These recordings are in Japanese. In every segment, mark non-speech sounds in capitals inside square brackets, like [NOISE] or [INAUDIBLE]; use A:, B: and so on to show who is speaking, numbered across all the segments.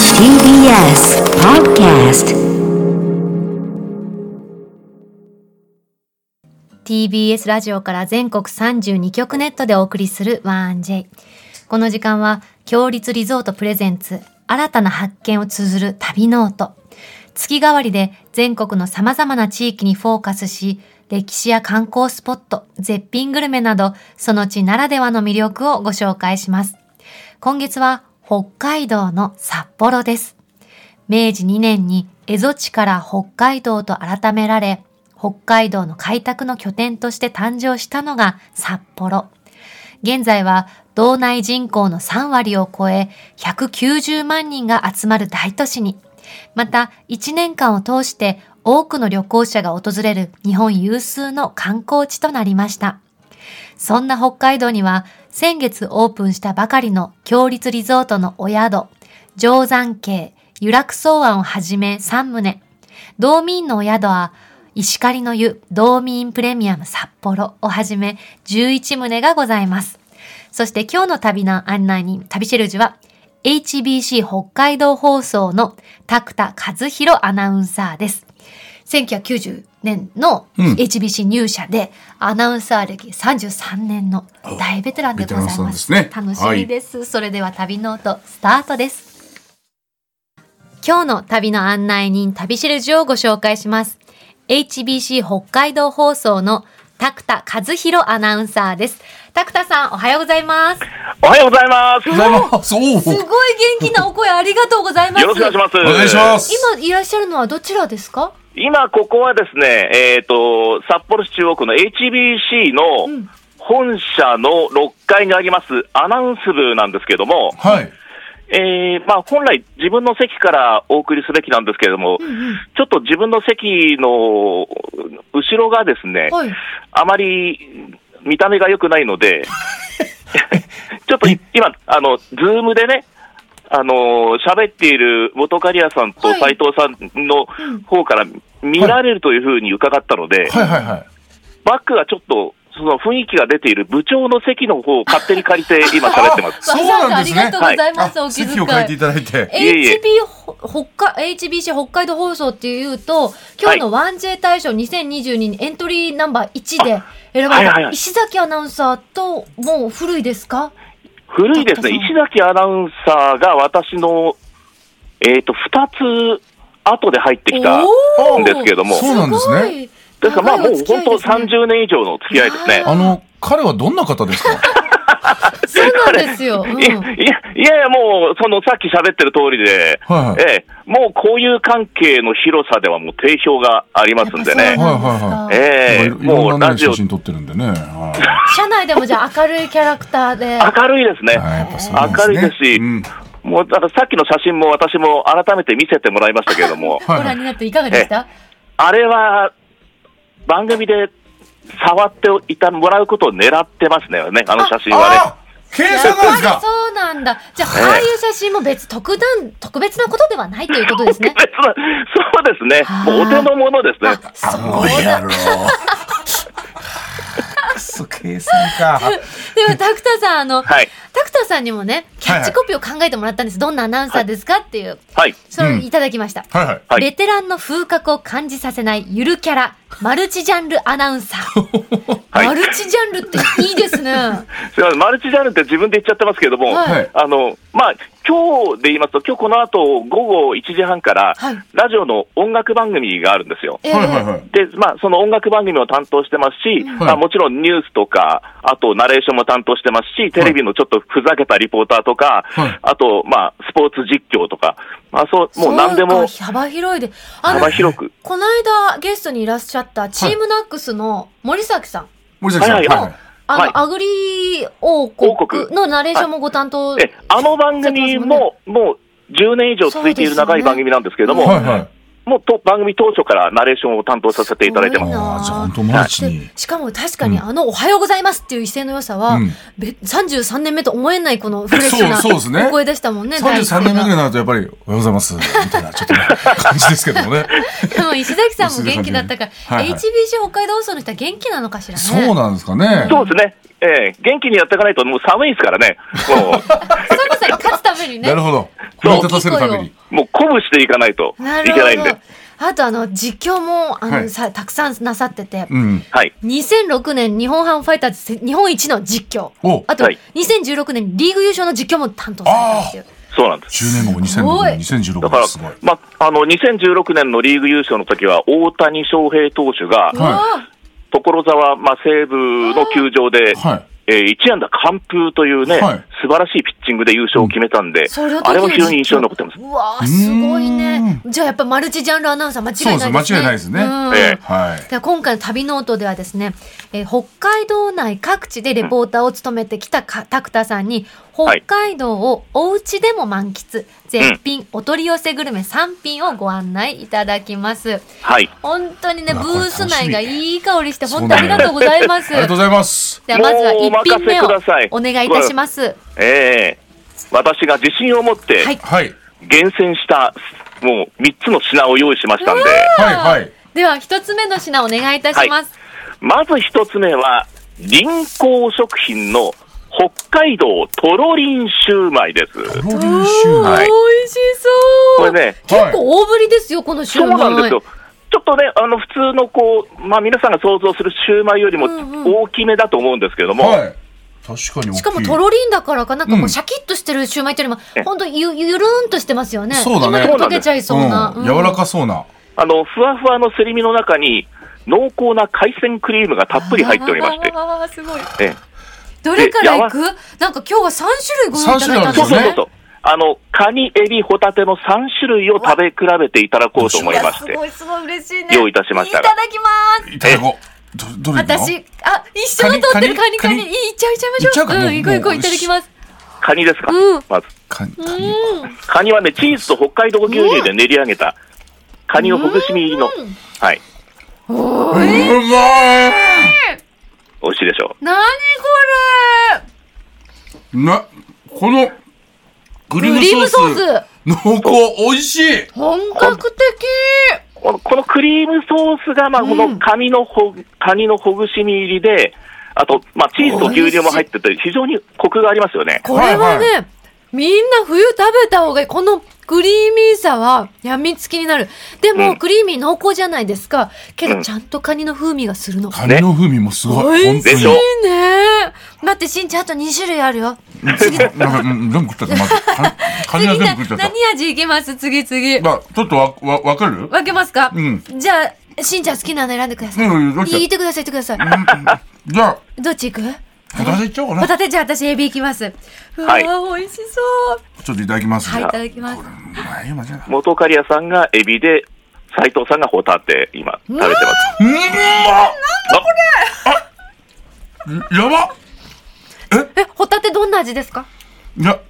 A: TBS Podcast
B: TBS ラジオから全国32局ネットでお送りする 1J この時間は強立リゾートプレゼンツ新たな発見を綴る旅ノート月替わりで全国の様々な地域にフォーカスし歴史や観光スポット絶品グルメなどその地ならではの魅力をご紹介します今月は北海道の札幌です明治2年に蝦夷地から北海道と改められ、北海道の開拓の拠点として誕生したのが札幌。現在は道内人口の3割を超え、190万人が集まる大都市に、また1年間を通して多くの旅行者が訪れる日本有数の観光地となりました。そんな北海道には、先月オープンしたばかりの強立リゾートのお宿、定山渓、由楽草庵をはじめ3棟、道民のお宿は、石狩の湯、道民プレミアム札幌をはじめ11棟がございます。そして今日の旅の案内人、旅シェルジュは、HBC 北海道放送の拓田和弘アナウンサーです。1990年の HBC 入社で、アナウンサー歴33年の大ベテランでござい
C: ベテランさん
B: ま。
C: ですすね
B: 楽しみです、それでは旅ノートスタートです。今日の旅の案内人、旅しるじをご紹介します。HBC 北海道放送の拓田和弘アナウンサーです。拓田さん、おはようございます。
D: おはようございます。
C: ございます。お
B: すごい
C: お。
B: 元気なお声ありがとうございます。
D: よろしくお願いします。
C: お願いします。
B: 今いらっしゃるのはどちらですか
D: 今、ここはですね、えっ、と、札幌市中央区の HBC の本社の6階にありますアナウンス部なんですけれども、
C: はい。
D: えー、まあ、本来自分の席からお送りすべきなんですけれども、ちょっと自分の席の後ろがですね、
B: はい。
D: あまり見た目が良くないので、ちょっとい今、あの、ズームでね、あの喋っている元カリアさんと
B: はい
D: 斉藤さんの方から見られるというふうに伺ったので、
C: はいはいはい。
D: バックがちょっと、その雰囲気が出ている部長の席の方を勝手に借りて今喋ってます。
C: そうなんですね
B: わざわざありがとうございます。お
C: あ
B: 気遣い。
C: 席を変えていただいて。
D: いえい
B: HB ほ北海 HBC 北海道放送っていうと今日の 1J 大賞2022にエントリーナンバー1で選ば
D: は
B: れ
D: いはい
B: た
D: はい
B: 石崎アナウンサーともう古いですか
D: 古いですね、石崎アナウンサーが私の、えっ、と、二つ後で入ってきた。
B: おー
D: ですけども
C: そうなんですね
B: ご
D: で
B: い
D: すからまあも
B: 長
D: う
B: いお付き合
D: 本
B: い
D: 当
B: ですね
D: 30年以上の付き合いですね。
C: あの、彼はどんな方ですか
B: そうなんですよ、うん
D: いや、いやいや、もう、その、さっき喋ってる通りで、
C: はいはい
D: ええ、もう交友関係の広さではもう定評がありますんで
B: やっぱそうなん
D: ね。
B: ですか
D: ええ
C: なんかい
D: も
C: ろ
D: うん
C: な
D: ラ
C: ね
D: ジオ
C: 写、真撮ってるんでね。は
B: 社内でもじゃあ明るいキャラクターで
D: 明るいですね
C: い。はいやっぱそうなんですね
D: 明るいですし
C: うん
D: もう、だからさっきの写真も私も改めて見せてもらいましたけれども、
C: [LAUGHS]
B: ご覧になっていかがでした
D: あれは、番組で触っていたもらうことを狙ってますね、ねあの写真はね。
C: あ計算な
B: やっ
C: んです
B: ぱり
C: か
B: そうなんだじゃあ、
D: ええ
B: ああいう写真も別特段特別なことではないということ
D: [LAUGHS]
B: ですね
D: 別なそうですね
B: あー。
D: もうお手の物ですね。
B: あそう
C: もうやろう。くそ、計算
B: [LAUGHS]
C: か。
B: でも拓田さんあの、
D: はい。
B: 拓田さんにもねキャッチコピーを考えてもらったんです、どんなアナウンサーですかっていう
D: はい。
B: それを
C: うん
B: いただきました、
C: はいはい。
D: はい
B: ベテランの風格を感じさせないゆるキャラマルチジャンルアナウンサー、
D: はい
B: マルチジャンルっていいですねは
D: すいませんマルチジャンルって自分で言っちゃってますけれども、
B: はい
D: あの、まあ、今日で言いますと、今日この後午後1時半から、
B: はい
D: ラジオの音楽番組があるんですよ。
B: え
C: はいはいはい。
D: で、まあ、その音楽番組も担当してますし、
C: はい
D: まあ、もちろんニュースとか、あとナレーションも担当してますし、テレビのちょっとふざけたリポーターとか、
C: はい
D: あと、まあ、スポーツ実況とか、まあ、そう、もう何でも
B: そうか幅広いであの
D: 幅広く。
B: この間ゲストにいらっしゃったチームナックスの森崎さん、
C: 森崎さん。
D: はいはい
C: はいはい
B: あの、
D: はい
B: アグリ王
D: 王
B: 国
D: 国
B: のナレーションもご担当、
D: え、あの番組も、もう10年以上続いている長い番組なんですけれども、
B: そうですよね
C: はいはい。
D: もうと番組当初からナレーションを担当させていただいてます。
C: ああ、じゃあ本当マルチに
B: で。しかも確かにあの「おはようございます」っていう姿勢の良さは、
C: うん
B: べ33年目と思えないこのフレッシュ
C: そうそうですね
B: なお声でしたもんね。
C: 33年目ぐらいに
B: い
C: なるとやっぱり、おはようございます。みたいな、ちょっとね感じですけど
B: [LAUGHS]
C: もね。
B: でも石崎さんも元気だったから、
C: はいはい
B: HBC 北海道放送の人は元気なのかしらね。
C: そうなんですかね。
D: そうですね。ええ元気にやっていかないともう寒いですからね。もう、
B: 寒さに勝つためにね
C: なる。ほど。奮い立たせるために。
D: もう鼓舞していかないと
B: ないる
D: け
B: ほど
D: ないんで。
B: あとあの実況もあの、
C: はい
B: さたくさんなさってて、
C: うん。
D: はい。
B: 2006年日本ハムファイターズ日本一の実況
C: お
B: あと
D: はい
B: 2016年リーグ優勝の実況も担当されたっていう
D: そうなんです。
C: 10年後、
B: すごい
C: 2006年、2016
D: だから
C: 年、すごい。、
D: ま、あの、2016年のリーグ優勝の時は、大谷翔平投手が
B: う、
C: は
B: わ
D: 所沢、まあ、西部の球場で、
C: はい。
D: えー1安打完封というね、
C: はい
D: 素晴らしいピッチングで優勝を決めたんで、
B: それを
D: あれも非常に印象に残ってます。
B: うわーすごいね
C: う
B: じゃあやっぱマルチジャンルアナウンサー間違いないですね
C: そうです間違いないですね
B: うん
D: ええ
C: はい。
B: では今回の旅ノートではですね、えー北海道内各地でレポーターを務めてきたか拓田さんに
D: はい
B: 北海道をお家でも満喫絶品お取り寄せグルメ3品をご案内いただきます
D: はい。
B: 本当にね
C: う
B: ブ
C: わこ
B: ー
C: れ
B: ス内が
C: 楽しみ
B: いい香りして
C: そう
B: 本当ありがとうございます
C: ありがとうございます。
B: ではまずは
D: もう
B: 1
D: お任せ
B: 品目を
D: ください
B: お願いいたします
D: えー私が自信を持って、
B: はい
C: はい。
D: 厳選した、もう3つの品を用意しましたんで、
C: はい、はい。
B: では1つ目の品お願いいたします、
D: まず1つ目は、臨港食品の北海道とろりんシューマイです。
C: プロ
B: お
C: デューシュ
B: ー
C: ー
D: は
B: 美
D: い
B: 味しそう
D: これね
B: 結構大ぶりですよこのシュ
D: そ
B: ー
D: う
B: マイ
D: なんですよ。ちょっとね、あの、普通のこう、まあ皆さんが想像するシューマイよりも
B: うんうん
D: 大きめだと思うんですけれども、
C: はい。確かに大きい。
B: しかもとろりんだからか、なんかこ
C: う
B: うんシャキッとしてるシューマイというより
D: え
B: も、ほんとゆゆるーんとしてますよね。
C: そうだね
B: 今にも溶けちゃいそうな。
C: うん柔ら
B: い。
C: かそうな。
D: あの、ふわふわのすり身の中に、濃厚な海鮮クリームがたっぷり入っておりまして、
B: あーすごい。
D: え
B: どれからいくなんか今日は3種類ご用意いただいたん
D: え
B: で
D: そう
B: す
C: 三
D: そう
C: 種類あるんです
D: そう
B: ね
C: ね。
D: そう。あの、カニ、エビ、ホタテの3種類を食べ比べていただこうと思いまし
B: い
D: て
B: やす、ごいすごい嬉しいね。
D: 用意いたしました
B: いただきます。
C: いただこう。ど、どれいくの
B: 私、あ、一緒の取ってるカ
C: カ
B: ニ
C: ニ
B: カニ、
C: カニ
B: いい、いっちゃいちゃいましょう。
C: いっちゃうかも
B: ん、
C: う
B: いこういこう、
C: もう
B: いただきます。
D: カニですか、
B: うん
D: まず。
C: カニ、カ
B: う
C: ニ。
B: ん。
D: カニはね、チーズと北海道牛乳で練り上げた、カニをほぐし身入りの、はい、
B: お
C: う
B: い、
C: まい
D: 美味しいでしょ
B: なに
C: な、この、
B: こ
C: ク
B: れク
C: リ
B: リ
C: ー
B: ーム
C: ム
B: ソ
C: ソ
B: ー
C: ース。
B: ス
C: 濃厚、美味しい
B: 本格的
D: う。このこのクリームソースが、まあ、このカニのほ、カニのほぐし身入りで、あと、まあ、チーズと牛乳も入ってて、非常にコクがありますよね。
B: これはね、
C: はい
B: みんな冬食べた方がいい。このクリーミーさは病みつきになる。でも、
D: うん
B: クリーミー濃厚じゃないですか。け
D: う
B: ど、
D: ん
B: ちゃんとカニの風味がするの。
C: カニの風味もすごい。
B: 美
C: 本
B: 味
C: 当
B: し
C: に。
D: で
B: い
D: しょ
B: ね。待って、しんちゃん、あと2種類あるよ。
C: 次、なんか、うん全部食っちゃった。まず、カニ
B: 次
C: カニ
B: な
C: は全部食っちゃっ
B: 何味いきます次次
C: た。。まあ、ちょっとわ、わ、わかる
B: 分けますか、
C: うん
B: じゃあ、しんちゃん好きなの選んでください。
C: うんうんどっち
B: 言ってください、言ってください。
C: じゃ
B: どっち行く
C: あ、ホタテいっちゃおうか
B: ホ
C: な。ち
B: タテじゃあ私エビいきます。うわ
D: はい
B: ー、美味しそう。
C: ょっといただきます。
B: はい、い
C: こ
B: ただきます
C: れ、。うまいよ、間違いない。
D: 元刈谷さんがエビで、斉藤さんがホタテ、今、食べてます。
C: うまっなんだこれあやば
B: え、ホタテどんな味ですか
C: いや、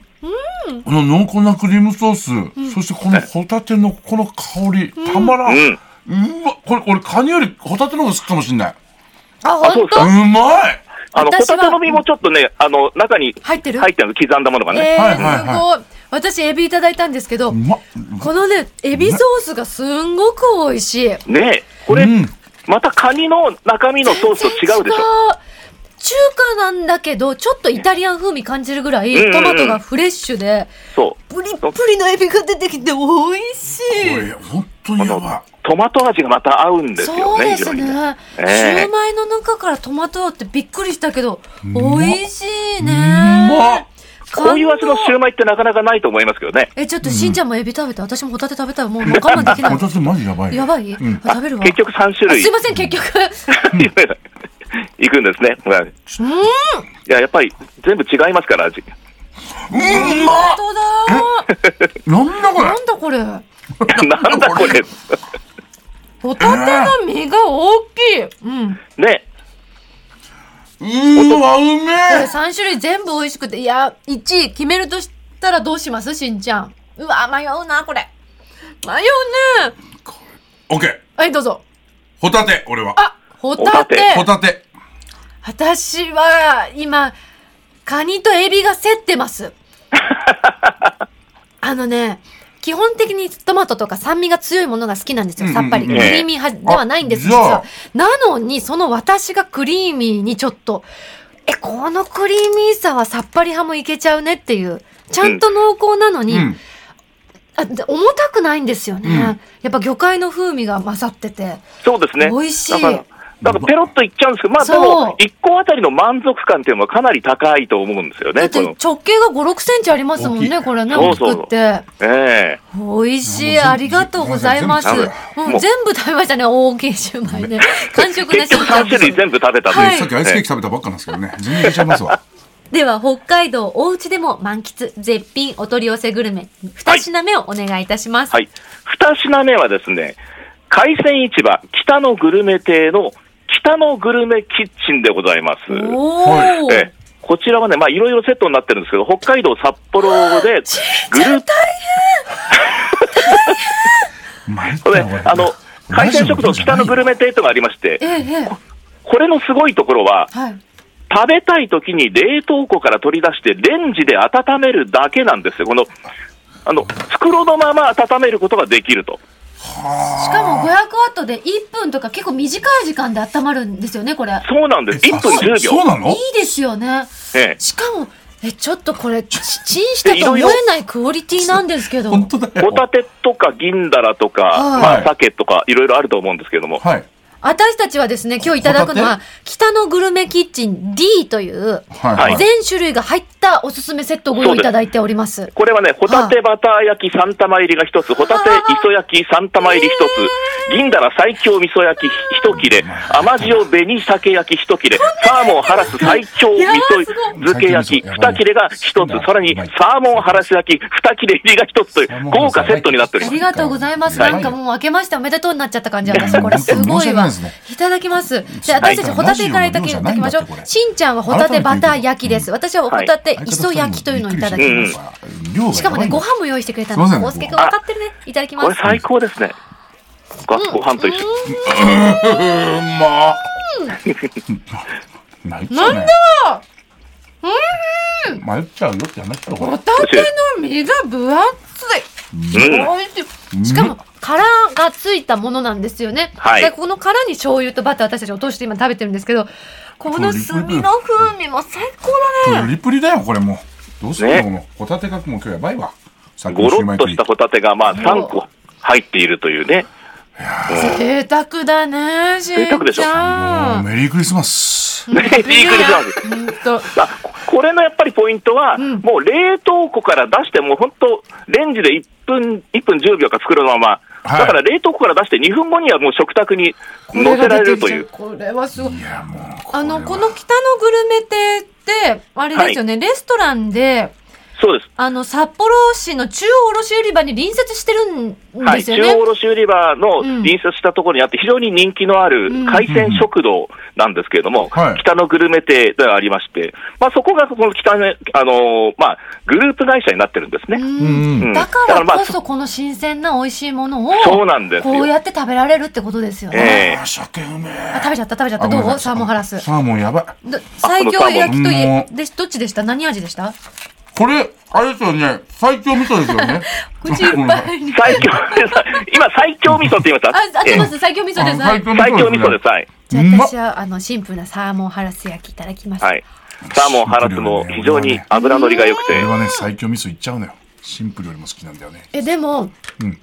C: この濃厚なクリームソース、そしてこのホタテのこの香り、たまらん。う
D: うん
C: わ、これ、俺、カニよりホタテの方が好きかもしんない。
B: あ、
D: あそ
B: 本
D: うです
B: 当
D: か
C: うまい
D: あの、ホ
B: 私は
D: タテの身もちょっとね、あの、中に
B: 入ってる
D: 入ってる、刻んだものがね。
B: え
C: はいはい
B: ー、すごい。私、エビいただいたんですけど
C: う、まっ
B: このね、エビソースがすんごく美味しい。
D: ねえ、これ、
C: うん
D: またカニの中身のソースと違うでしょ。
B: 中華なんだけど、ちょっとイタリアン風味感じるぐら
D: うんうんう
B: い、
D: ん
B: トマトがフレッシュで、
D: そ
B: プリップリのエビが出てきて美味し
C: こ
B: い。
C: れ、本当にやば
D: う。トマト味がまた合うんです
B: そ
D: よ
B: う
D: ね、
B: で
D: 非
B: す
D: 常
B: ね。
D: に
B: シ
D: ね。え
B: ュ
D: え
B: ーマイの中からトマトってびっくりしたけど、
C: まっ
B: 美味しい
C: い。うまっ
B: ね。
D: こういう味のシューマイってなかなかないと思いますけどね。
B: え、ちょっとしんちゃんもエビ食べて、私もホタテ食べたらもう我慢できな
C: ホ
B: い。
C: タテマジやばい。
B: やばい、
C: うん
B: あ食べるわ。
D: 結局3種
B: あ
D: 類
B: すいません、結局。
D: いくんですね。まあいや、やっぱり全部違いますから、味。
C: うんまっ
B: 本当だ。
C: なんだこれ
B: なんだこれ。
D: なんだこれ。
B: ホタテの身が大きい。うん。
D: ね。
C: うわ、うめ
B: これ
C: え
B: 三種類全部美味しくて、いや、1位決めるとしたらどうしますしんちゃん。うわ、迷うな、これ。迷うね。
C: オッケー。
B: はい、どうぞ。
C: ホタテ、俺は。
B: あ、ホタ
D: ホタ
B: テ。
D: テ
C: ホタテ。
B: 私は、今、カニとエビが競ってます。あのね、基本的にトマトとか酸味が強いものが好きなんですよ、さっぱり。
C: うん
B: ク
C: う
B: リー
C: んうん
B: ミー派ではないんです、
C: あ
B: 実は
C: じゃあ。
B: なのに、その私がクリーミーにちょっと、え、このクリーミーさはさっぱり派もいけちゃうねっていう、ちゃんと濃厚なのに、
C: うん。
B: あで重たくないんですよね、やっぱ魚介の風味が勝ってて
D: そうですね。
B: 美味しい
D: だからだからペロッといっちゃうんですけど、まあで
B: そう
D: も、1個あたりの満足感っていうのはかなり高いと思うんですよ
B: だ
D: ね、
B: っ
D: こ
B: て
D: の。
B: 直径が56センチありますもん
C: 大
B: ね
C: きい
B: これね
D: そ
B: 大
D: う
B: き
D: そう
B: くって
D: ええ
B: 美味しい
C: もう全部
B: ありがとうございます、う
C: 全部
B: ん
C: 食、
D: べたもう
B: 全部食べましたね大きいシューマイね完食ね
D: 結局3種類全部食べたと。
B: はいいう
C: さっきアイスケーキ食べたばっかなんですけどね。全然いけちゃいます [LAUGHS] わ。
B: では北海道おうちでも満喫絶品お取り寄せグルメ2品目をお願いいたします、
D: はい。二品目はですね、海鮮市場北のグルメ亭の北のグルメキッチンでございます。
B: おお、
D: ええこちらはね、まあいろいろセットになってるんですけど、北海道札幌でグループ
C: 参った
D: これ
C: なこれ
D: あの、海鮮食堂北のグルメ亭というのがありまして
B: え、えええ
D: これのすごいところは、
B: はい
D: 食べたい時に冷凍庫から取り出して、レンジで温めるだけなんですよ。この、あの、袋のまま温めることができると。
B: しかも500ワットで1分とか結構短い時間で温まるんですよねこれい
D: そうなんです。1分
C: あそう
D: 10
C: そう
D: 秒。
C: なの
B: いですよね
D: ええ
B: しかもえちょっとこれち [LAUGHS] チンしたと思えないクオリティなんですけど
C: 本当だよ
D: ホ。タテとか銀だらとか、
B: はい
D: まあ、鮭とかいろいろあると思うんですけれども、
C: はい。
B: 私たちはですね今日いただくのは北のグルメキッチン D という
C: はい。はい。
B: 全種類が入ったおすすめセットをご用意いただいております
D: これはね、ホタテバター焼き3玉入りが1つ、ホタテ磯焼き3玉入り1つ、銀だら最強味噌焼き1切れ、甘塩紅鮭焼き1切れ、サーモンハラス最強味噌漬け焼き2切れが1つ、さらにサーモンハラス焼き2切れ入りが1つという豪華セットになっており
B: あ
D: ます
B: り。がとうございます。
C: はい
B: なんかもう明けましておめでとうになっちゃった感じ、
C: い
B: 私。
C: や
B: これすご
C: 申し
B: い
C: 訳ない
B: わ
C: ですね。
B: いただきます。じゃあ私たちホタテからいただきいただきましょ
C: ラジオの量じゃないんだってこれ
B: う。しんちゃんはホタテバター焼きです。私はホタテ磯焼きというのをいただきます。
C: 量
B: しかもね、ご
C: 飯 [LAUGHS]
B: 飯も用意してくれたの。
C: すいま
B: 大
C: せん
B: 介くん分かってるね。いただきま
D: これ
B: す。
D: 最高ですね。ごご飯と一緒に。
C: うまっ泣いちゃうね。なんだ。迷っちゃうよって話だこれ。
B: タの身が分厚い
D: うん
B: 味しい。しかも、殻がついたものなんですよね。
D: はい
B: でこの殻に醤油とバター私たち落として今食べてるんですけど、この炭の風味も最高だね。
C: プリプリだよこれもう。どうするの
D: ね
C: このホタテがもう今日やばいわ。さっき
D: ご
C: のシュー
D: ろ
C: マ
D: っ
C: イと
D: と
C: いい
D: したホタテがまあ3個入っているというね。
B: 贅沢だね、しんちゃん。
D: 贅沢でしょ
C: もうメリークリスマス。
D: [LAUGHS] ね、 [LAUGHS] いい国なんです。
B: ほんと
D: まあ、ここれのやっぱりポイントは、もう冷凍庫から出して、もう本当、レンジで1分、1分10秒か作るまま、
C: はい
D: だから冷凍庫から出して2分後にはもう食卓に載せられるという。
B: これはすごい。
C: いやもうこれは
B: あの、この北のグルメ亭って、あれですよね、レストランで、
D: そうです。
B: あの、札幌市の中央卸売場に隣接してるん
D: は
B: で
D: い、
B: す
D: 中
B: よね。
D: 央卸売り場の隣接したところにあって、非常に人気のある海鮮食堂なんですけれども、
C: はい
D: 北のグルメ亭ではありまして、まあ、そこがこの北の、あのーまあ、グループ会社になってるんですね。
B: う
C: う
B: ん
C: ん
D: うん
B: だから
D: まあ
B: こそこの新鮮な美味しいものを、
D: そうなんですよ
B: こうやって食べられるってことですよね。
D: ええ
C: あ鮭うめえ。
B: あ食べちゃった食べちゃった。
C: あごめんな
B: ど
C: さ
B: うサ
C: い
B: ーモンハラス。
C: サーモンやばい。
B: ど最強焼きと
C: あこのサーモ
B: い
C: ン
B: でどっちでした何味でした。
C: これあれですよね。最強味噌ですよね
B: [LAUGHS] 口いっぱいに。
D: 最強、 [LAUGHS] 今、最強味噌って言いました。
B: あ、合ってます。最強味噌です。はい
C: あ
D: 最強味噌です。。はい。
B: じゃ
C: う
B: あ
C: まっ
B: 私は、あの、シンプルなサーモンハラス焼きいただきます。
D: はい。サーモンハラスも非常に脂乗りが良くて
C: 俺、はね最強味噌いっちゃうのよシンプルよりも好きなんだよね
B: え、でも、
C: うん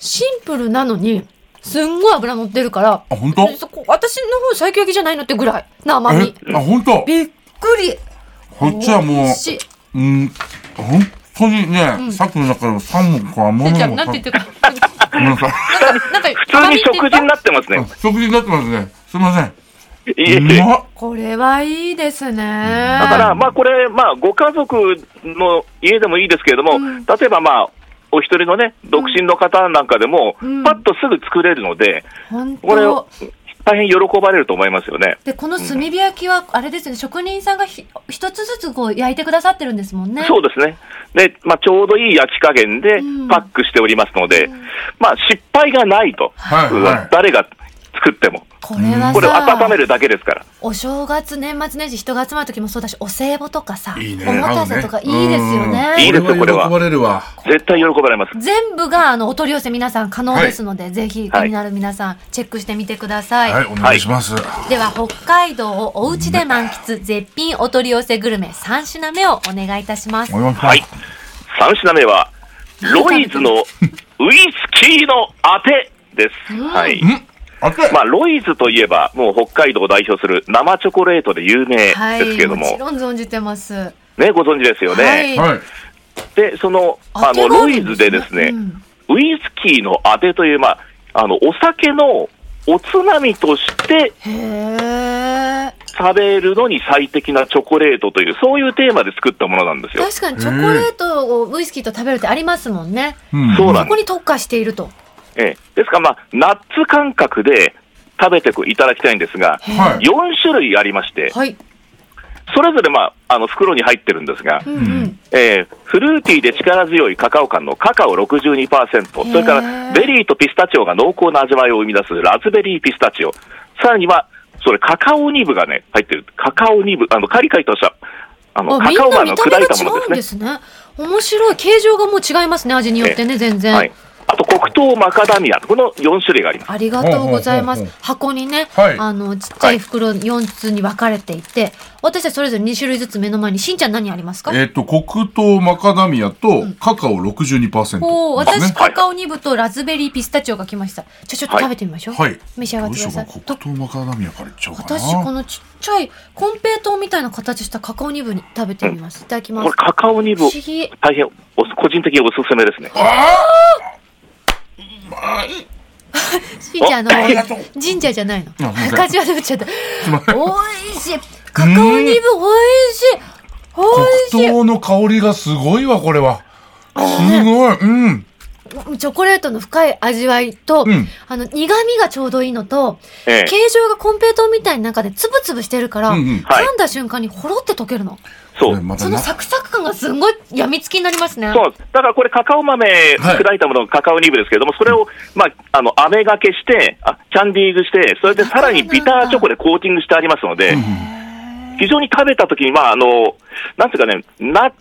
B: シンプルなのに、すんごい油乗ってるから、
C: あ本当
B: そこ私の方最強焼きじゃないのってぐらい、な甘み。
C: えあ本当
B: びっくり。
C: こっちはも
B: 美味しいう
C: うん本当にね、さっきの中でもサーモンから甘
B: て
C: み
B: んち
C: も
B: ゃ
C: さ
B: ん、なんて言ってるか。
C: ごめんなさい
B: なんか、
D: 普通に食事になってます
C: あ
D: ね。
C: 食事になってますねすいません
D: いえ
C: う
D: いえ。
C: まっ
B: これはいいですね。
D: だから、まあ、これ、まあ、ご家族の家でもいいですけれども、例えば、まあ、お一人のね、独身の方なんかでも、
B: うん
D: パッとすぐ作れるので、
B: 本
D: これ
B: 当。、
D: 大変喜ばれると思いますよね。
B: で、この炭火焼きは、あれですよね、職人さんがひ一つずつこう焼いてくださってるんですもんね。
D: そうですね。で、まあ、ちょうどいい焼き加減で
B: うん
D: パックしておりますので、まあ、失敗がないと。
C: はいはい
D: 誰が作っても。
B: これはさ、
D: これ、温めるだけですから。
B: お正月、年末年始、人が集まる時もそうだし、お歳暮とかさ、
C: いいね
B: おもたせとかいいですよね。
D: いいですよこれは
C: 喜ばれるわ
D: 絶対喜ばれます。
B: 全部があのお取り寄せ皆さん可能ですので、ぜひ気
D: はい
B: になる皆さんチェックしてみてください、
C: はいお願いします、
B: では北海道をおうちで満喫絶品お取り寄せグルメ3品目をお願いいたします
C: お願いします、
D: はい。3品目は、ロイズのウイスキーのあてです。はい。
C: んあて、
D: まあ、ロイズといえば、もう北海道を代表する生チョコレートで有名ですけれども、
B: はい、もちろん存じてます。
D: ね、ご存知ですよね。
B: はい
C: はい。
D: で、その、あ
B: 当
D: の、
B: てがあ
D: ロ
B: る
D: イ
B: ん
D: ズでですね、
B: うん
D: ウイスキーのあてという、まあ、あの、お酒のおつまみとして
B: へえ。
D: 食べるのに最適なチョコレートという、そういうテーマで作ったものなんですよ。
B: 確かにチョコレートをウイスキーと食べるってありますもんね。
C: うん
D: そうな
B: そ
D: ん
B: こ
D: で
B: に特化していると。
D: す。ええですから、まあ、ナッツ感覚で食べていただきたいんですが、
B: へー
C: はい
D: 4種類ありまして、
B: はい。
D: それぞれ、まあ、あの、袋に入ってるんですが
B: う、んうん。
D: えーフルーティーで力強いカカオ感のカカオ62%、それか
B: へー
D: らベリーとピスタチオが濃厚な味わいを生み出すラズベリーピスタチオ、さらには、それカカオニブがね、入ってる。カカオニブ、あの、カリカリとした、あの、
B: あ、
D: カ
B: みん
D: カオ
B: な
D: マン
B: 見
D: の
B: た
D: 砕
B: 目
D: い
B: が
D: た
B: 違
D: もの
B: うん
D: で
B: ですすね。面白い。形状がもう違いますね。味によってね、全
D: ね。
B: 然。
D: はい。あと、黒糖マカダミア、この4種類があります。
B: ありがとうございます
C: ほうほうほう。
B: 箱にね、
C: はい
B: あの、ちっちゃい袋4つに分かれていて、私たちそれぞれ2種類ずつ目の前に、しんちゃん何ありますか
C: えっ、と、黒糖マカダミアとカカオ62%ですね。
B: おー私、
D: はい
B: カカオニブとラズベリーピスタチオが来ました。じゃあちょっと食べてみましょう。
C: はい。
B: 召し上がってください。
C: どうしようか黒糖マカダミアからいっちゃおうかな。
B: 私、このちっちゃい、コンペイトーみたいな形したカカオニブに食べてみます。いただきま
D: こ
B: す
D: れ。カカオニ
B: 不
D: ブ
B: 思、議。
D: 大変おす、個人的におすすめですね。
B: しんちゃん、あ
D: あありが
B: の
C: とう、
B: 神社じゃないの。
C: あすいません
B: カジュアル打っちゃった。
C: すいません
B: おいしい。カカオニブ、おいしい。おいしい。
C: 黒糖の香りがすごいわ、これは。すごい。うん。
B: チョコレートの深い味わいと、
C: うん
B: あの、苦味がちょうどいいのと、
D: ええ
B: 形状がコンペイトーみたいな中でつぶつぶしてるから、
C: うんうん
D: はい
B: 噛んだ瞬間にほろって溶けるの。
D: そ
C: これ
D: う。
C: また
B: その
C: な
B: サクサク感がすごい病みつきになりますね。
D: そうなんですだからこれ、カカオ豆、
C: はい
D: 砕いたものがカカオニブですけれども、それを、まあ、あの、飴がけして、あキャンディーグして、それでさらにビターチョコでコーティングしてありますので、非常に食べたときに、まあ、あの、なんていうかね、ナッツ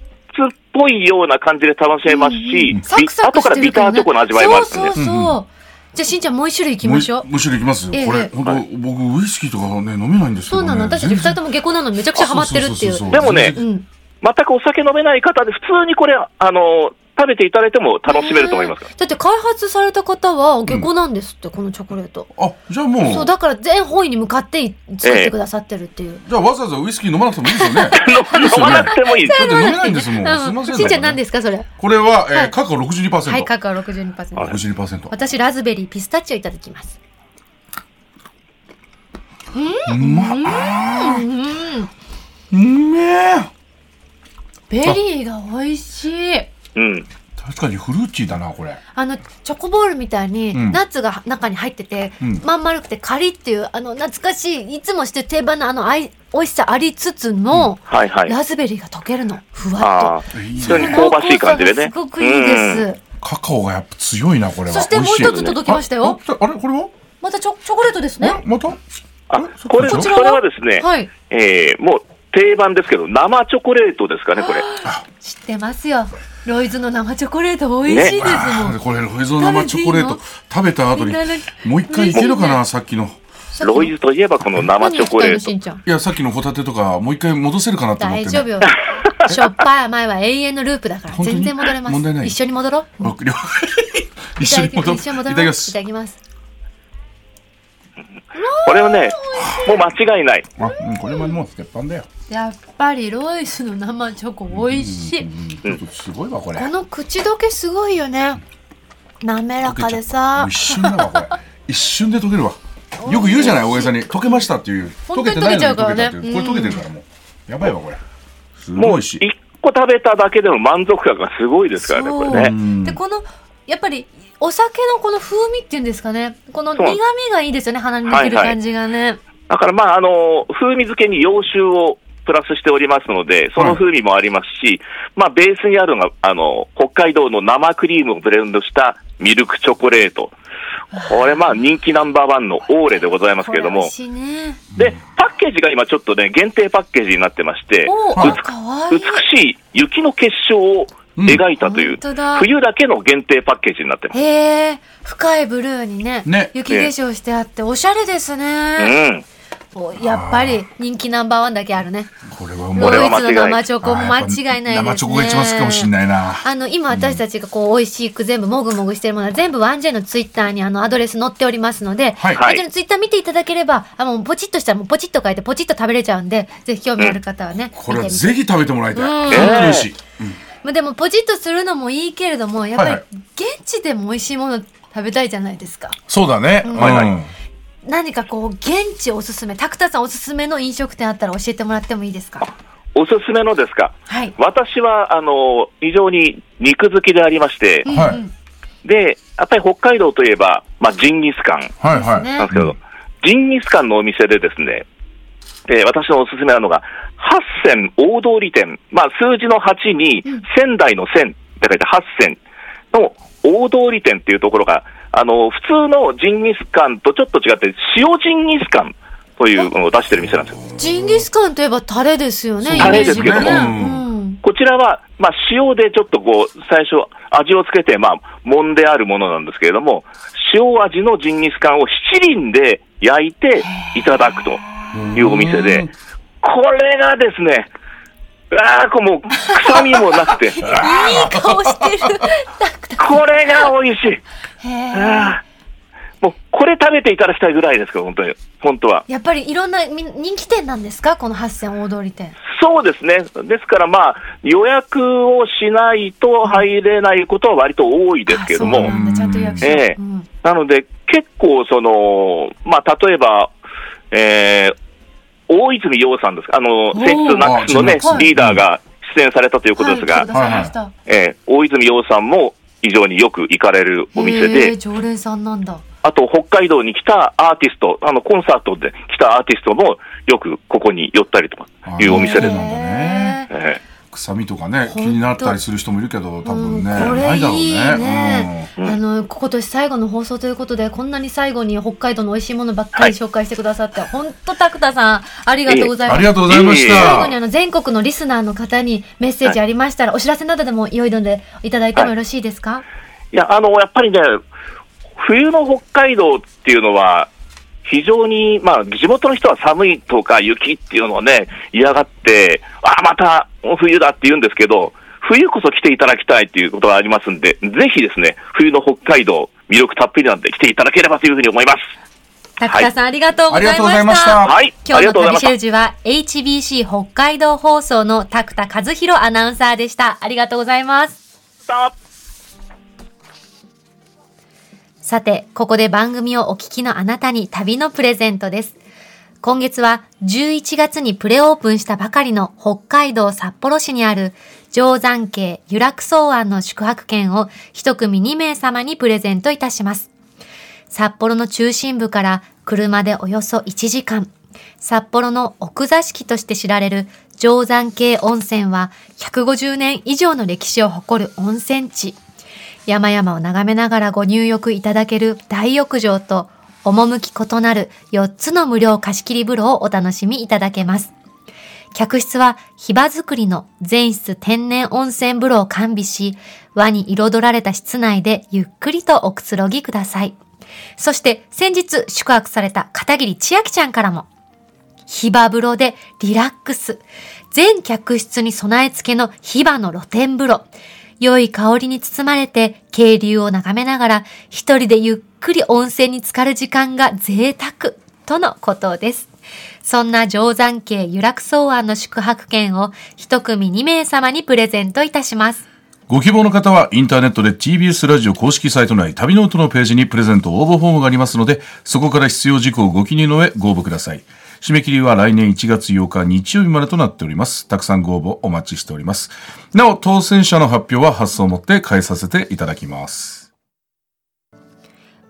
D: っぽいような感じで楽しめますし、
B: サクサク
D: 後
B: し
D: から
B: てる
D: ビ
B: から、
D: ター
B: ね。
D: チョコの味わいもあるんで
B: そうそうそう。じゃあ、しんちゃんもう一種類行きましょう。
C: むしろいきます。こ
B: ええ
C: れ、本当、
D: はい
C: 僕ウイスキーとかね飲めないんですけ
B: そ
C: ど、
B: う
C: ね。
B: なの。私たち二人
C: も
B: とも下校なのめちゃくちゃハマってるっていう。
D: でもね
B: うん。
D: 全くお酒飲めない方で、普通にこれ、あの、食べていただいても楽しめると思いますから。
B: だって開発された方は下校なんですって、このチョコレート。
C: あ、じゃあもう。
B: そう、だから全方位に向かって作ってくださってるっていう。
C: じゃあわざわざウイスキー飲まなくてもいい
D: [LAUGHS]
C: ですよね。
D: 飲まなくてもいいです
C: だって飲めないんですもん。すみません、
B: しんちゃん何ですすかそれ。
C: これは、えー
B: はい
C: カカオ62%。
B: はい、カカオ62%。
C: 62%。
B: 私、ラズベリー、ピスタチオいただきます。
C: うまっ。
B: うん。
C: うめえ。
B: ベリーが美味しい。
D: うん。
C: 確かにフルーティーだな、これ。
B: あの、チョコボールみたいに、
C: うん
B: ナッツが中に入ってて、
C: うん
B: まん丸くてカリっていう、あの、懐かしい、いつもしてる定番のあの、あい美味しさありつつの、
D: はいはい。
B: ラズベリーが溶けるの。ふ
D: あ
B: わっ
D: あ、
B: と。
C: いいね
D: 非常に香ばしい感じでね。
B: 濃厚さがすごくいいです。
D: うん
C: カカオがやっぱ強いな、これは。
B: そしてもう一つ届きましたよ
C: 美味しいねああれこれは
B: またチョチョコレートです
C: あ
B: ね。
C: また
D: あ
C: えそっか
D: これ
C: そっ
D: そ
C: か
B: ちらは
D: れはですね、
B: はい。
D: えーもう定番ですけど、生チョコレートですかね、これ。
B: 知ってますよ。ロイズの生チョコレート美味しいですも
C: あ
B: ん。
C: ーこれ、ロイズの生チョコレート食べた後に
B: みんなね、
C: もう一回いけるか
B: いい
C: な、
B: ね
C: さっきの。
B: さっきの
D: ロイズといえばこの生チョコ
B: 何が来
D: レート。
B: たのしんちゃん
C: いや、さっきのホタテとか、もう一回戻せるかなと思っ
B: 大
C: てね。
B: 丈夫よ。しょっぱい甘いは永遠のループだから、
C: 本当に
B: 全然戻れます。
C: 問題ない
B: 一緒に戻ろう。[LAUGHS]
C: 僕了解一緒に戻
B: 一緒に戻
C: い
B: ろう。
C: た
B: い
C: だきま
B: た
C: す。
B: だきます。
D: これはね、もう間違いない。
C: あ、うん、これはもう鉄板だよ。
B: やっぱりロイスの生チョコ美味しい。
C: うんちょっとすごいわ、これ。
B: この口どけすごいよね。滑らかで
C: も
B: さ
C: う一。瞬だわ、これ。一瞬で溶けるわ。よく言うじゃない、大げさに。溶けましたっていう。
B: 本当に
C: な
B: 溶
C: いのに
B: けちゃうからね
C: 溶けたっていうこれ溶けてるからもう。やばいわ、これ。す
D: も
C: ご
D: う
C: いし
D: 一。個食べただけでも満足感がすごいですからね、
B: そ
D: こ
B: う
D: れね。
C: ね
B: で、この、やっぱり、お酒のこの風味っていうんですかね。この
D: そ
B: 苦
D: う
B: 味がいいですよね。鼻にできる感じがね。
D: だからまあ、あの、風味付けに洋酒をプラスしておりますので、その風味もありますし、まあ、ベースにあるのが、あの、北海道の生クリームをブレンドしたミルクチョコレート。これまあ、人気ナンバーワンのオーレでございます
B: こ
D: けれ
B: れ
D: ど
B: 美
D: も
B: 味。しいね。
D: で、パッケージが今ちょっとね、限定パッケージになってまして、
B: おお、
C: はい
B: かわいい。
D: 美しい雪の結晶を描いたという、
B: 本当だ
D: 冬だけの限定パッケージになってます。
B: へえ、深いブルーにね、
C: ね
B: 雪化粧してあって、おしゃれですね。
D: うん。
B: おやっぱり人気ナンバーワンだけあるね。
C: これはも
B: ロ
C: う
D: 俺
B: イ
D: は
B: ズの
D: 間違いない
B: 生チョコも間違いないですね。
C: あーやっぱ生チョコが一番好きかもしんないな
B: あの、今私たちがこう、美味しく全部もぐもぐしてるものは全部 1J のツイッターにあの、アドレス載っておりますので、
C: はい
B: こちらのツイッター見ていただければ、あ、もうポチッとしたらもうポチッと書いてポチッと食べれちゃうんで、ぜひ興味ある方はね、
C: これ
B: 見
C: は
B: てみて。
C: ぜひ食べてもらいたい。
B: うん
C: 本当に美味しい。
B: まあでもポチッとするのもいいけれども、やっぱ
C: は
B: り
C: いは
B: 現地でも美味しいもの食べたいじゃないですか。
C: そうだね。
D: はいはい
C: うん
B: 何かこう、現地おすすめ、タクタさんおすすめの飲食店あったら教えてもらってもいいですか
D: おすすめのですか、
B: はい。
D: 私はあの非常に肉好きでありまして、
C: はい
B: うんうん
D: でやっぱり北海道といえば、まあ、ジンギスカン
C: はいは
B: ね
C: い。
D: なんですけど、ジンギスカンのお店でですね、えー私のおすすめなのが、八千大通り店、まあ、数字の8に仙台の千って書いて八千の大通り店っていうところが、あの普通のジンギスカンとちょっと違って、塩ジンギスカンというのを出してる店なんですよ。
B: ジンギスカンといえばタレですよね、イメ
D: タ
B: ー
D: レ
B: ジが
D: ですけ
B: ね
D: ど。
B: うん
D: こちらは、まあ、塩でちょっとこう、最初、味をつけて、まあ、もんであるものなんですけれども、塩味のジンギスカンを七輪で焼いていただくというお店
C: う
D: で
C: ん、
D: これがですね、ああ、こうもう、臭みもなくて、
B: いい顔してる。
D: これが美味しい。
B: へえ。
D: ああもう、これ食べていただきたいぐらいですから、本当に、本当は。
B: やっぱりいろんなみ人気店なんですかこの八千大通り店。
D: そうですね。ですからまあ、予約をしないと入れないことは割と多いですけれど
B: あ
D: も
B: そう、なんだちゃんと予約しよう
D: ええ
B: うん
D: なので、結構、その、まあ、例えば、えー大泉洋さんですか、あの、
B: ー
D: セッツナックスの
C: あ
D: ね
C: ー、
D: リーダーが出演されたということです
B: はい
D: が、
B: 来てくださいました
D: えー大泉洋さんも非常によく行かれるお店
B: へえ
D: で、
B: 常連さんなんだ。
D: あと、北海道に来たアーティスト、あの、コンサートで来たアーティストもよくここに寄ったりとかいうお店です。
C: あーね
B: へえ
D: え
C: 臭みとかね、気になったりする人もいるけど、多分ね、
B: うんこれ
C: ないだろう
B: いい
C: ね
B: ね。。
D: うん
B: あの今年最後の放送ということでこんなに最後に北海道の美味しいものばっかり紹介してくださって、本当タクタさんありがとうご
C: う
B: ざい
C: ん
B: ま
C: あ
B: す
C: り。がとうございまし
D: いえいえ
B: 最後にあ
C: た。
B: の全国のリスナーの方にメッセージありましたら、お知らせなどでも良いのでいただいてもよろしいですか、
D: いや、あの、やっぱりね、冬の北海道っていうのは、非常に、まあ、地元の人は寒いとか雪っていうのをね、嫌がって、あ、また冬だって言うんですけど、冬こそ来ていただきたいっていうことがありますんで、ぜひですね、冬の北海道、魅力たっぷりなんで来ていただければというふうに思います。
B: タクタさん、ありがとうございました。
C: ありがとうございました
D: はい、
B: 今
D: あ
B: 日
D: り
B: の
D: がとうござ
B: 旅
D: いまし
B: シ
D: た
B: ェルジュは HBC 北海道放送のタクタ和弘アナウンサーでした。ありがとうございます。
D: さあ。
B: さて、ここで番組をお聞きのあなたに旅のプレゼントです。今月は11月にプレオープンしたばかりの北海道札幌市にある定山渓由楽草庵の宿泊券を一組2名様にプレゼントいたします。札幌の中心部から車でおよそ1時間。札幌の奥座敷として知られる定山系温泉は150年以上の歴史を誇る温泉地。山々を眺めながらご入浴いただける大浴場と、趣異なる4つの無料貸切風呂をお楽しみいただけます。客室はヒバ作りの全室天然温泉風呂を完備し、和に彩られた室内でゆっくりとおくつろぎください。そして先日宿泊された片桐千秋ちゃんからも、ヒバ風呂でリラックス。全客室に備え付けのヒバの露天風呂。良い香りに包まれて、渓流を眺めながら、一人でゆっくり温泉に浸かる時間が贅沢、とのことです。そんな定山渓由楽草庵の宿泊券を一組2名様にプレゼントいたします。
C: ご希望の方はインターネットで TBS ラジオ公式サイト内旅ノートのページにプレゼント応募フォームがありますので、そこから必要事項をご記入の上ご応募ください。締め切りは来年1月8日日曜日までとなっております。たくさんご応募お待ちしております。なお、当選者の発表は発送をもって返させていただきます。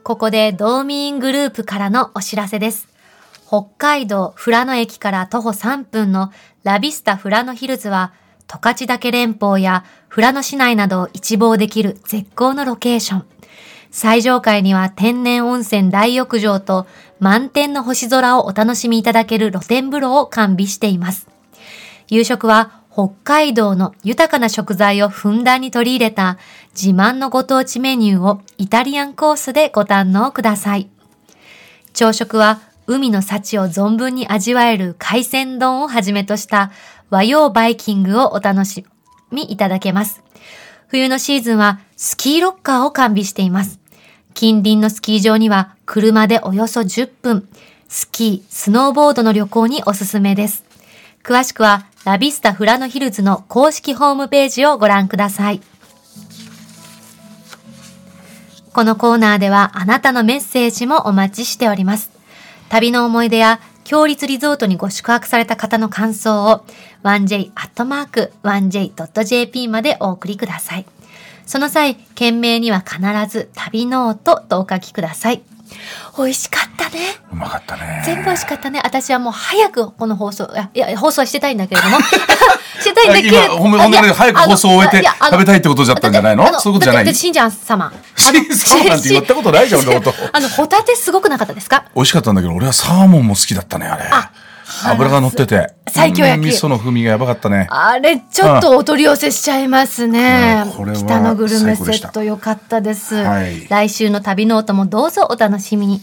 B: ここで道民グループからのお知らせです。北海道富良野駅から徒歩3分のラビスタ富良野ヒルズは、十勝岳連峰や富良野市内などを一望できる絶好のロケーション。最上階には天然温泉大浴場と満天の星空をお楽しみいただける露天風呂を完備しています。夕食は北海道の豊かな食材をふんだんに取り入れた自慢のご当地メニューをイタリアンコースでご堪能ください。朝食は海の幸を存分に味わえる海鮮丼をはじめとした和洋バイキングをお楽しみいただけます。冬のシーズンはスキーロッカーを完備しています。近隣のスキー場には車でおよそ10分、スキー、スノーボードの旅行におすすめです。詳しくはラビスタフラノヒルズの公式ホームページをご覧ください。このコーナーではあなたのメッセージもお待ちしております。旅の思い出や、強立リゾートにご宿泊された方の感想を 1j.1j.jp までお送りください。その際、件名には必ず旅ノートとお書きください。美味しかったね。
C: うまかったね
B: 全部美味しかったね。私はもう早くこの放送、いや、いや放送はしてたいんだけれども。
C: [LAUGHS]
B: してたいんだけれ
C: 今
B: ど
C: 褒め褒められる早く放送を終えて食べたいってことじゃったんじゃないのそういうことじゃない
B: しんちゃん
C: [LAUGHS]
B: 様。
C: しんちゃんなんて言ったことないじゃん
B: し [LAUGHS]
C: 俺のこと
B: あの、ホタテすごくなかったですか
C: 美味しかったんだけど俺はサーモンも好きだったねあれ
B: あ
C: 油が乗ってて
B: 最強焼き
C: うん味噌の風味がやばかったね
B: あれ、ちょっとお取り寄せしちゃいますね
C: うんこれ。は
B: 北のグルメ
C: 最高
B: セ
C: でし
B: ッ
C: た
B: トよかったです。
C: はい
B: 来週の旅ノートもどうぞお楽しみに。